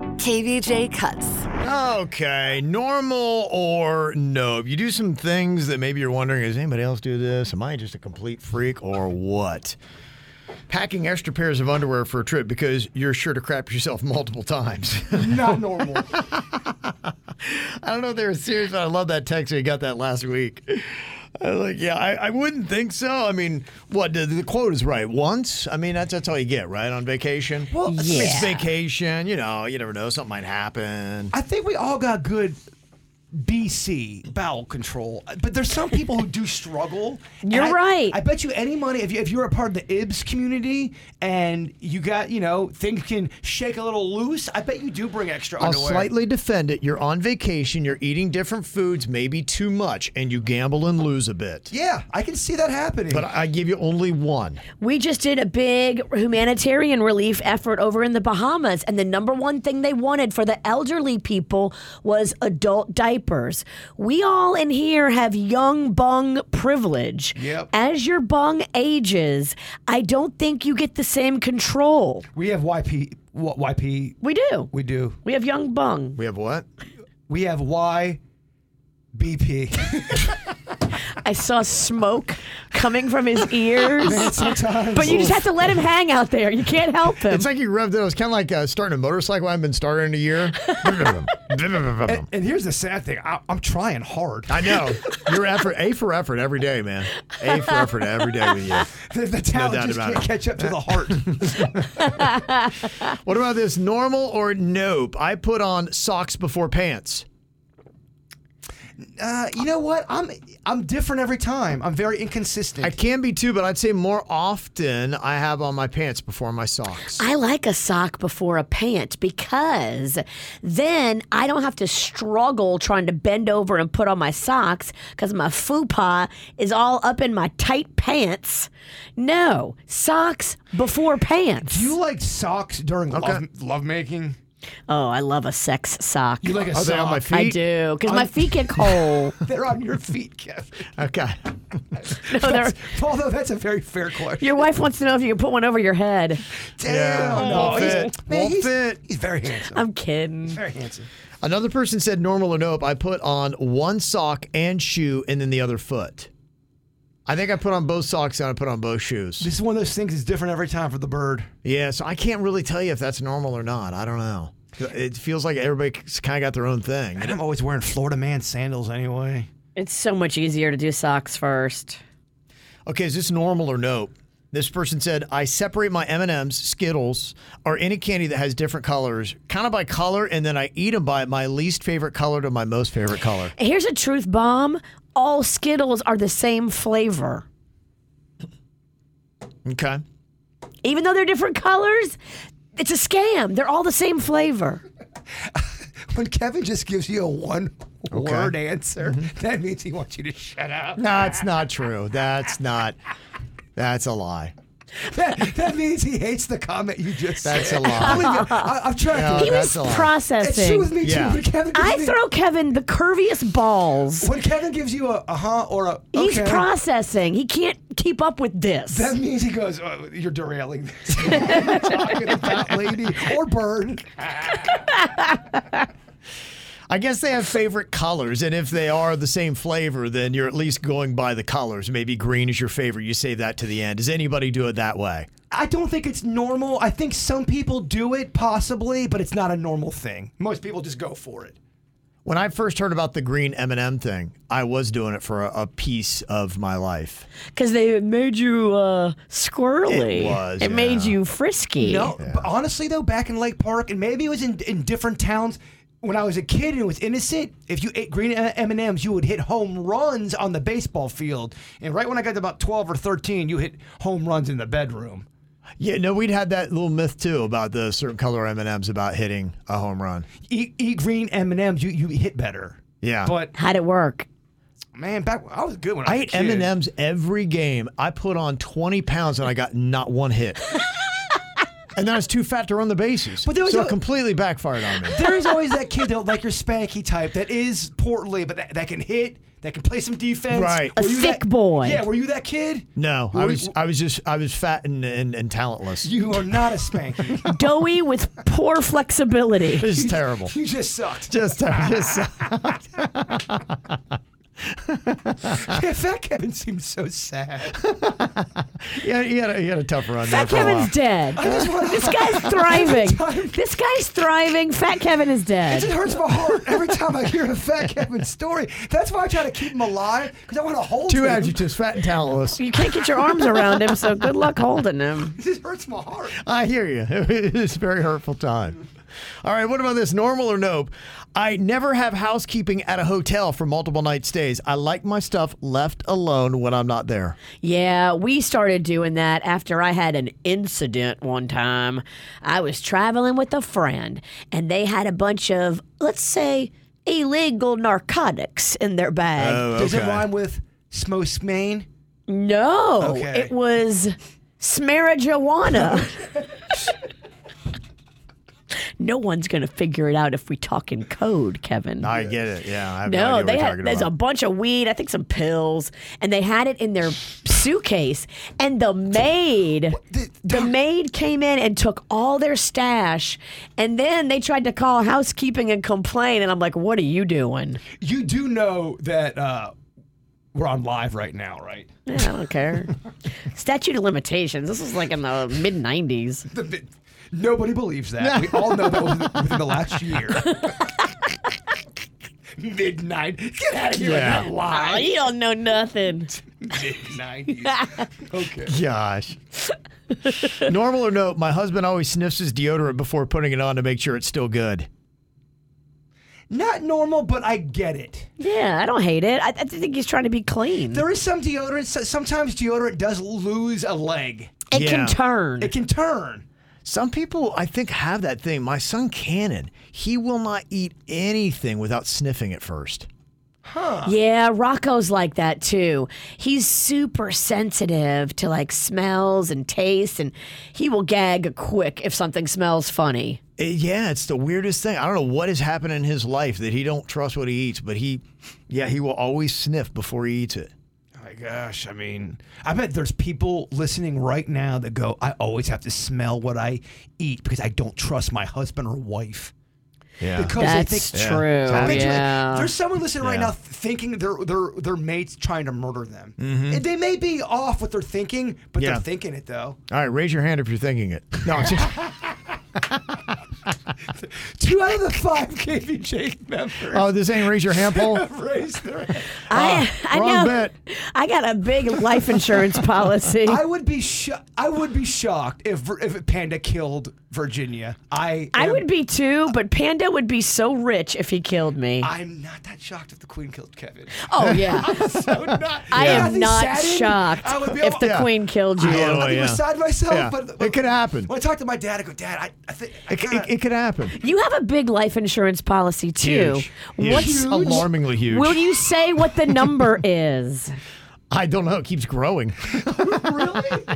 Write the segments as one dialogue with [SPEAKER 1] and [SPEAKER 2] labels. [SPEAKER 1] KVJ cuts.
[SPEAKER 2] Okay, normal or no? You do some things that maybe you're wondering does anybody else do this? Am I just a complete freak or what? Packing extra pairs of underwear for a trip because you're sure to crap yourself multiple times.
[SPEAKER 3] Not normal.
[SPEAKER 2] I don't know if they were serious, but I love that text we got that last week. I was like, yeah, I, I wouldn't think so. I mean, what the, the quote is right. Once, I mean, that's that's all you get, right? On vacation. Well, it's
[SPEAKER 1] yeah.
[SPEAKER 2] vacation. You know, you never know. Something might happen.
[SPEAKER 3] I think we all got good BC bowel control, but there's some people who do struggle. And
[SPEAKER 4] You're
[SPEAKER 3] I-
[SPEAKER 4] right.
[SPEAKER 3] I bet you any money if, you, if you're a part of the IBS community and you got you know things can shake a little loose. I bet you do bring extra
[SPEAKER 2] I'll
[SPEAKER 3] underwear.
[SPEAKER 2] slightly defend it. You're on vacation. You're eating different foods, maybe too much, and you gamble and lose a bit.
[SPEAKER 3] yeah, I can see that happening.
[SPEAKER 2] But I give you only one.
[SPEAKER 4] We just did a big humanitarian relief effort over in the Bahamas, and the number one thing they wanted for the elderly people was adult diapers. We all in here have young bung privilege.
[SPEAKER 3] Yep.
[SPEAKER 4] As your bung ages, I don't think you get the same control.
[SPEAKER 3] we have YP wh- YP.
[SPEAKER 4] We do.
[SPEAKER 3] We do.
[SPEAKER 4] We have young bung.
[SPEAKER 2] We have what?
[SPEAKER 3] We have YBP.
[SPEAKER 4] I saw smoke coming from his ears.
[SPEAKER 3] Sometimes.
[SPEAKER 4] But you just have to let him hang out there. You can't help him.
[SPEAKER 2] It's like you revved it. It's kind of like uh, starting a motorcycle. I haven't been started in a year.
[SPEAKER 3] And, and here's the sad thing. I, I'm trying hard.
[SPEAKER 2] I know. Your effort, A for effort every day, man. A for effort every day with you.
[SPEAKER 3] The, the talent
[SPEAKER 2] doubt
[SPEAKER 3] just
[SPEAKER 2] about
[SPEAKER 3] can't
[SPEAKER 2] it.
[SPEAKER 3] catch up to the heart.
[SPEAKER 2] What about this? Normal or nope? I put on socks before pants.
[SPEAKER 3] Uh, you know what? I'm I'm different every time. I'm very inconsistent.
[SPEAKER 2] I can be too, but I'd say more often I have on my pants before my socks.
[SPEAKER 4] I like a sock before a pant because then I don't have to struggle trying to bend over and put on my socks because my fupa is all up in my tight pants. No, socks before pants.
[SPEAKER 3] Do you like socks during love lovemaking?
[SPEAKER 4] oh, I love a sex sock.
[SPEAKER 3] You like a
[SPEAKER 2] Are
[SPEAKER 3] sock?
[SPEAKER 2] they on my feet?
[SPEAKER 4] I do because my feet get cold.
[SPEAKER 3] They're on your feet, Kevin.
[SPEAKER 2] Okay.
[SPEAKER 4] No, Oh, they're-
[SPEAKER 3] Although that's a very fair question.
[SPEAKER 4] your wife wants to know if you can put one over your head.
[SPEAKER 3] Damn,
[SPEAKER 2] Yeah,
[SPEAKER 3] no,
[SPEAKER 2] won't
[SPEAKER 3] he's,
[SPEAKER 2] fit.
[SPEAKER 3] Man,
[SPEAKER 2] Won't
[SPEAKER 3] he's,
[SPEAKER 2] fit.
[SPEAKER 3] he's very handsome.
[SPEAKER 4] I'm kidding.
[SPEAKER 3] very handsome.
[SPEAKER 2] Another person said normal or nope. I put on one sock and shoe and then the other foot. I think I put on both socks and I put on both shoes.
[SPEAKER 3] This is one of those things that's different every time for the bird.
[SPEAKER 2] Yeah, so I can't really tell you if that's normal or not. I don't know. It feels like everybody's kind of got their own thing.
[SPEAKER 3] And I'm always wearing Florida man sandals anyway.
[SPEAKER 4] It's so much easier to do socks first.
[SPEAKER 2] Okay, is this normal or nope? This person said, "I separate my M and M's, Skittles, or any candy that has different colors, kind of by color, and then I eat them by my least favorite color to my most favorite color."
[SPEAKER 4] Here's a truth bomb. All Skittles are the same flavor.
[SPEAKER 2] Okay.
[SPEAKER 4] even though they're different colors, it's a scam. They're all the same flavor.
[SPEAKER 3] When Kevin just gives you a one
[SPEAKER 2] Okay. Mm-hmm.
[SPEAKER 3] word answer, that means he wants you to shut up.
[SPEAKER 2] That's not true. That's not. That's a lie.
[SPEAKER 3] That, that means he hates the comment you just said.
[SPEAKER 2] That's a
[SPEAKER 3] Believe
[SPEAKER 2] lie.
[SPEAKER 3] me, I, I've tried
[SPEAKER 2] Yeah,
[SPEAKER 3] to.
[SPEAKER 4] He was
[SPEAKER 2] That's a lot.
[SPEAKER 3] It's true with
[SPEAKER 4] processing.
[SPEAKER 3] me
[SPEAKER 2] Yeah.
[SPEAKER 3] too. But Kevin gives
[SPEAKER 4] I
[SPEAKER 3] me-
[SPEAKER 4] throw Kevin the curviest balls.
[SPEAKER 3] when Kevin gives you a, a huh or a okay,
[SPEAKER 4] He's processing. He can't keep up with this.
[SPEAKER 3] that means he goes, oh, "You're derailing this." Talking about lady or bird.
[SPEAKER 2] I guess they have favorite colors, and if they are the same flavor, then you're at least going by the colors. Maybe green is your favorite. You save that to the end. Does anybody do it that way?
[SPEAKER 3] I don't think it's normal. I think some people do it possibly, but it's not a normal thing. Most people just go for it.
[SPEAKER 2] When I first heard about the green M&M thing, I was doing it for a, a piece of my life.
[SPEAKER 4] Because they made you uh, squirrely.
[SPEAKER 2] It was,
[SPEAKER 4] It made
[SPEAKER 2] yeah.
[SPEAKER 4] you frisky.
[SPEAKER 3] No, but honestly though, back in Lake Park, and maybe it was in, in different towns. When I was a kid and it was innocent, if you ate green M and M's, you would hit home runs on the baseball field. And right when I got to about twelve or thirteen, you hit home runs in the bedroom.
[SPEAKER 2] Yeah, no, we'd had that little myth too about the certain color M and M's about hitting a home run.
[SPEAKER 3] Eat, eat green M and M's. You you hit better.
[SPEAKER 2] Yeah,
[SPEAKER 3] But
[SPEAKER 4] How'd it work?
[SPEAKER 3] man, back I was good when I,
[SPEAKER 2] I
[SPEAKER 3] was
[SPEAKER 2] ate
[SPEAKER 3] a
[SPEAKER 2] M
[SPEAKER 3] kid.
[SPEAKER 2] and M's every game. I put on twenty pounds and I got not one hit. and then I was too fat to run the bases.
[SPEAKER 3] But there was
[SPEAKER 2] so
[SPEAKER 3] a-
[SPEAKER 2] it completely backfired on me.
[SPEAKER 3] There is always that kid though, like your spanky type, that is portly, but that, that can hit, that can play some defense.
[SPEAKER 2] Right.
[SPEAKER 4] A
[SPEAKER 3] Were you
[SPEAKER 4] thick
[SPEAKER 3] that-
[SPEAKER 4] boy.
[SPEAKER 3] Yeah, were you that kid?
[SPEAKER 2] No, I
[SPEAKER 3] Were-
[SPEAKER 2] was I was just I was fat and and, and talentless.
[SPEAKER 3] You are not a spanky.
[SPEAKER 4] Doughy with poor flexibility.
[SPEAKER 2] This is terrible.
[SPEAKER 3] you just sucked.
[SPEAKER 2] Just terrible. Just-
[SPEAKER 3] Fat Kevin seems so sad.
[SPEAKER 2] yeah, he had a, he had a tough run. there
[SPEAKER 4] Fat
[SPEAKER 2] for a while.
[SPEAKER 4] Kevin's dead. This guy's thriving. This guy's thriving. Fat Kevin is
[SPEAKER 3] It just
[SPEAKER 4] dead.
[SPEAKER 3] hurts my heart every time I hear a Fat Kevin story. That's why I try to keep him alive because I want to hold
[SPEAKER 2] Two
[SPEAKER 3] him.
[SPEAKER 2] adjectives: fat and talentless.
[SPEAKER 4] You can't get your arms around him, so good luck holding him.
[SPEAKER 3] This hurts my heart.
[SPEAKER 2] I hear you. It's a very hurtful time. All right, what about this? Normal or nope? I never have housekeeping at a hotel for multiple night stays. I like my stuff left alone when I'm not there.
[SPEAKER 4] Yeah, we started doing that after I had an incident one time. I was traveling with a friend, and they had a bunch of, let's say, illegal narcotics in their bag.
[SPEAKER 3] Does it rhyme with Smos Main?
[SPEAKER 4] No,
[SPEAKER 3] Okay.
[SPEAKER 4] it was smarijuana. no one's going to figure it out if we talk in code, Kevin.
[SPEAKER 2] I get it. Yeah, I have no,
[SPEAKER 4] no,
[SPEAKER 2] idea
[SPEAKER 4] they
[SPEAKER 2] what you're
[SPEAKER 4] had
[SPEAKER 2] talking
[SPEAKER 4] there's a
[SPEAKER 2] about.
[SPEAKER 4] bunch of weed, I think some pills, and they had it in their suitcase. And the maid,
[SPEAKER 3] the-
[SPEAKER 4] the maid came in and took all their stash, and then they tried to call housekeeping and complain. And I'm like, "What are you doing?
[SPEAKER 3] You do know that uh, we're on live right now, right?
[SPEAKER 4] Yeah, I don't care." Statute of limitations. This was like in the mid '90s.
[SPEAKER 3] The vi- Nobody believes that. We all know that within- within the last year. Midnight. Get out of here
[SPEAKER 2] Yeah.
[SPEAKER 3] with that lie.
[SPEAKER 4] Oh, you don't know nothing.
[SPEAKER 3] Midnight. okay.
[SPEAKER 2] Gosh. Normal or nope? My husband always sniffs his deodorant before putting it on to make sure it's still good.
[SPEAKER 3] Not normal, but I get it.
[SPEAKER 4] Yeah, I don't hate it. I, I think he's trying to be clean.
[SPEAKER 3] There is some deodorant. so- Sometimes deodorant does lose a leg.
[SPEAKER 4] it
[SPEAKER 2] Yeah.
[SPEAKER 4] can turn.
[SPEAKER 3] It can turn.
[SPEAKER 2] Some people, I think, have that thing. My son Cannon, he will not eat anything without sniffing it first.
[SPEAKER 4] yeah, Rocco's like that too. He's super sensitive to like smells and tastes, and he will gag quick if something smells funny.
[SPEAKER 2] Uh, Yeah, it's the weirdest thing. I don't know what has happened in his life that he don't trust what he eats, but he, yeah, he will always sniff before he eats it.
[SPEAKER 3] Oh my gosh. I mean, I bet there's people listening right now that go, I always have to smell what I eat because I don't trust my husband or wife.
[SPEAKER 2] Yeah,
[SPEAKER 3] Because they
[SPEAKER 4] That's
[SPEAKER 3] think,
[SPEAKER 2] Yeah.
[SPEAKER 4] true.
[SPEAKER 2] I
[SPEAKER 4] Yeah.
[SPEAKER 3] Bitch, There's someone listening right
[SPEAKER 2] Yeah.
[SPEAKER 3] now thinking their their their mates trying to murder them. And They may be off what they're thinking, but
[SPEAKER 2] Mm-hmm. Yeah.
[SPEAKER 3] they're thinking it though.
[SPEAKER 2] All right, raise your hand if you're thinking it. No, I'm just-
[SPEAKER 3] Two out of the five KVJ members
[SPEAKER 2] oh, this ain't raise your hand poll.
[SPEAKER 3] raised their hand.
[SPEAKER 4] I, I
[SPEAKER 2] wrong
[SPEAKER 4] know.
[SPEAKER 2] bet.
[SPEAKER 4] I got a big life insurance policy.
[SPEAKER 3] I would be sho- I would be shocked if Vir- if Panda killed Virginia. I
[SPEAKER 4] I
[SPEAKER 3] am-
[SPEAKER 4] would be too, but Panda would be so rich if he killed me.
[SPEAKER 3] I'm not that shocked if the Queen killed Kevin.
[SPEAKER 4] oh yeah.
[SPEAKER 3] So not,
[SPEAKER 4] I am
[SPEAKER 3] nothing
[SPEAKER 4] not
[SPEAKER 3] saddened.
[SPEAKER 4] shocked
[SPEAKER 3] I would be
[SPEAKER 4] if the
[SPEAKER 2] Yeah.
[SPEAKER 4] queen killed you.
[SPEAKER 2] Yeah.
[SPEAKER 3] I'd be
[SPEAKER 2] Oh,
[SPEAKER 3] beside myself,
[SPEAKER 2] Yeah.
[SPEAKER 3] but,
[SPEAKER 2] It could happen.
[SPEAKER 3] When I talk to my dad, I go, Dad, I, I think I
[SPEAKER 2] It, c-
[SPEAKER 3] kinda-
[SPEAKER 2] it, it could happen.
[SPEAKER 4] You have a big life insurance policy too.
[SPEAKER 2] Huge. Huge. Alarmingly huge.
[SPEAKER 4] Will you say what the number is?
[SPEAKER 2] I don't know. It keeps growing.
[SPEAKER 3] really?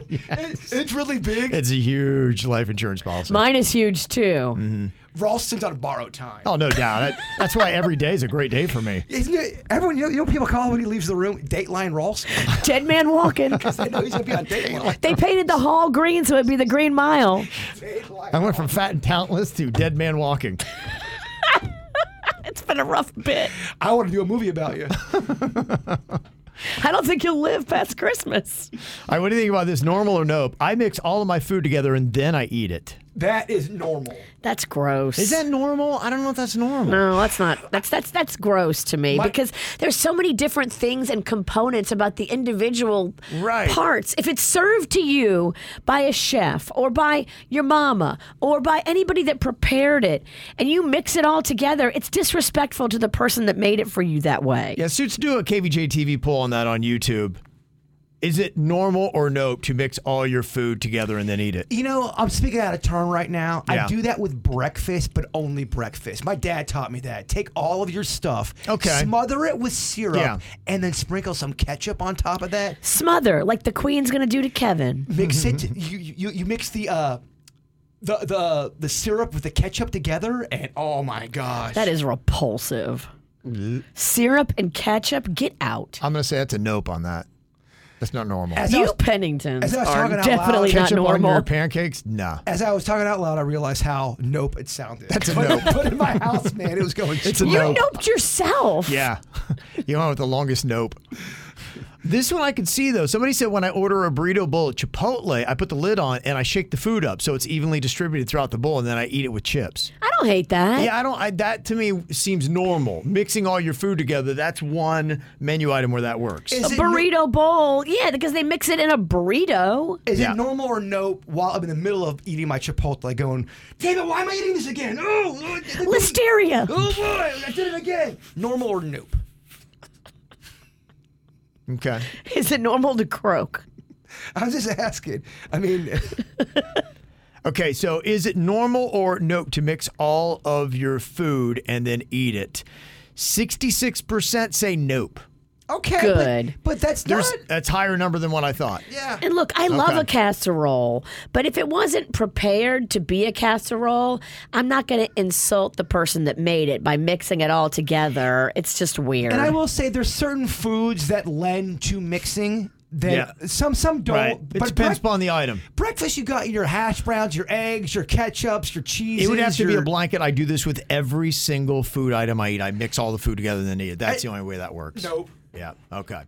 [SPEAKER 3] It- it's really big.
[SPEAKER 2] It's a huge life insurance policy.
[SPEAKER 4] Mine is huge too.
[SPEAKER 3] Ralston's on borrowed time.
[SPEAKER 2] oh, no doubt. That, that's why every day is a great day for me.
[SPEAKER 3] Isn't it? Everyone, you know, you know what people call him when he leaves the room? Dateline Ralston.
[SPEAKER 4] Dead man walking.
[SPEAKER 3] I know he's going to be on Dateline.
[SPEAKER 4] they painted the hall green, so it'd be the Green Mile.
[SPEAKER 2] I
[SPEAKER 3] Dateline.
[SPEAKER 2] went from fat and talentless to dead man walking.
[SPEAKER 4] It's been a rough bit.
[SPEAKER 3] I want to do a movie about you.
[SPEAKER 4] I don't think you'll live past Christmas.
[SPEAKER 2] All right, what do you think about this? Normal or nope? I mix all of my food together and then I eat it.
[SPEAKER 3] That is normal.
[SPEAKER 4] That's gross.
[SPEAKER 2] Is that normal? I don't know if that's normal.
[SPEAKER 4] No, Oh, that's not. That's that's that's gross to me
[SPEAKER 3] My-
[SPEAKER 4] because there's so many different things and components about the individual
[SPEAKER 2] Right.
[SPEAKER 4] parts. If it's served to you by a chef or by your mama or by anybody that prepared it, and you mix it all together, it's disrespectful to the person that made it for you that way.
[SPEAKER 2] Yeah, Suits, do a KVJ TV poll on that on YouTube. Is it normal or nope to mix all your food together and then eat it?
[SPEAKER 3] You know, I'm speaking out of turn right now.
[SPEAKER 2] Yeah.
[SPEAKER 3] I do that with breakfast, but only breakfast. My dad taught me that. Take all of your stuff,
[SPEAKER 2] Okay.
[SPEAKER 3] smother it with syrup,
[SPEAKER 2] Yeah.
[SPEAKER 3] and then sprinkle some ketchup on top of that.
[SPEAKER 4] Smother, like the queen's going to do to Kevin.
[SPEAKER 3] Mix
[SPEAKER 2] Mm-hmm.
[SPEAKER 3] it. You, you you mix the uh, the the the syrup with the ketchup together, and oh my gosh,
[SPEAKER 4] That is repulsive. Syrup and ketchup, get out.
[SPEAKER 2] I'm going to say that's a nope on that. That's not normal.
[SPEAKER 3] As I
[SPEAKER 4] You
[SPEAKER 3] was-
[SPEAKER 4] Penningtons
[SPEAKER 3] as I was
[SPEAKER 4] are
[SPEAKER 3] talking out
[SPEAKER 4] definitely
[SPEAKER 3] loud-
[SPEAKER 4] not
[SPEAKER 2] Ketchup on your
[SPEAKER 4] normal.
[SPEAKER 2] pancakes? Nah.
[SPEAKER 3] As I was talking out loud, I realized how nope it sounded. That's
[SPEAKER 2] a
[SPEAKER 3] but,
[SPEAKER 2] nope.
[SPEAKER 3] But in my house, man, it was going.
[SPEAKER 2] It's a
[SPEAKER 4] You
[SPEAKER 2] nope.
[SPEAKER 4] noped yourself.
[SPEAKER 2] Yeah. you know, with the longest nope. This one I could see though. Somebody said when I order a burrito bowl at Chipotle, I put the lid on and I shake the food up so it's evenly distributed throughout the bowl, and then I eat it with chips.
[SPEAKER 4] I don't hate that.
[SPEAKER 2] Yeah, I don't. I, that to me seems normal. Mixing all your food together—that's one menu item where that works.
[SPEAKER 4] A
[SPEAKER 3] Is it no-
[SPEAKER 4] burrito bowl. Yeah, because they mix it in a burrito.
[SPEAKER 3] Is
[SPEAKER 2] Yeah.
[SPEAKER 3] it normal or nope while I'm in the middle of eating my Chipotle going, damn it, why am I eating this again? Oh, Lord, I did-
[SPEAKER 4] Listeria.
[SPEAKER 3] oh boy, I did it again. Normal or nope?
[SPEAKER 2] Okay.
[SPEAKER 4] Is it normal to croak?
[SPEAKER 3] I was just asking. I mean,
[SPEAKER 2] Okay. So, is it normal or nope to mix all of your food and then eat it? Sixty-six percent say nope.
[SPEAKER 3] okay. but-
[SPEAKER 4] Good.
[SPEAKER 3] But, that's
[SPEAKER 2] There's
[SPEAKER 3] not.
[SPEAKER 2] that's higher number than what I thought.
[SPEAKER 3] Yeah.
[SPEAKER 4] And look, I love
[SPEAKER 2] Okay.
[SPEAKER 4] a casserole, but if it wasn't prepared to be a casserole, I'm not going to insult the person that made it by mixing it all together. It's just weird.
[SPEAKER 3] And I will say there's certain foods that lend to mixing that
[SPEAKER 2] Yeah.
[SPEAKER 3] some some don't.
[SPEAKER 2] Right. It
[SPEAKER 3] But
[SPEAKER 2] depends
[SPEAKER 3] brec-
[SPEAKER 2] upon the item.
[SPEAKER 3] breakfast, you got your hash browns, your eggs, your ketchups, your cheese.
[SPEAKER 2] It would have to be a blanket. I do this with every single food item I eat. I mix all the food together and then eat it. That's the only way that works.
[SPEAKER 3] Nope.
[SPEAKER 2] Yeah. Okay.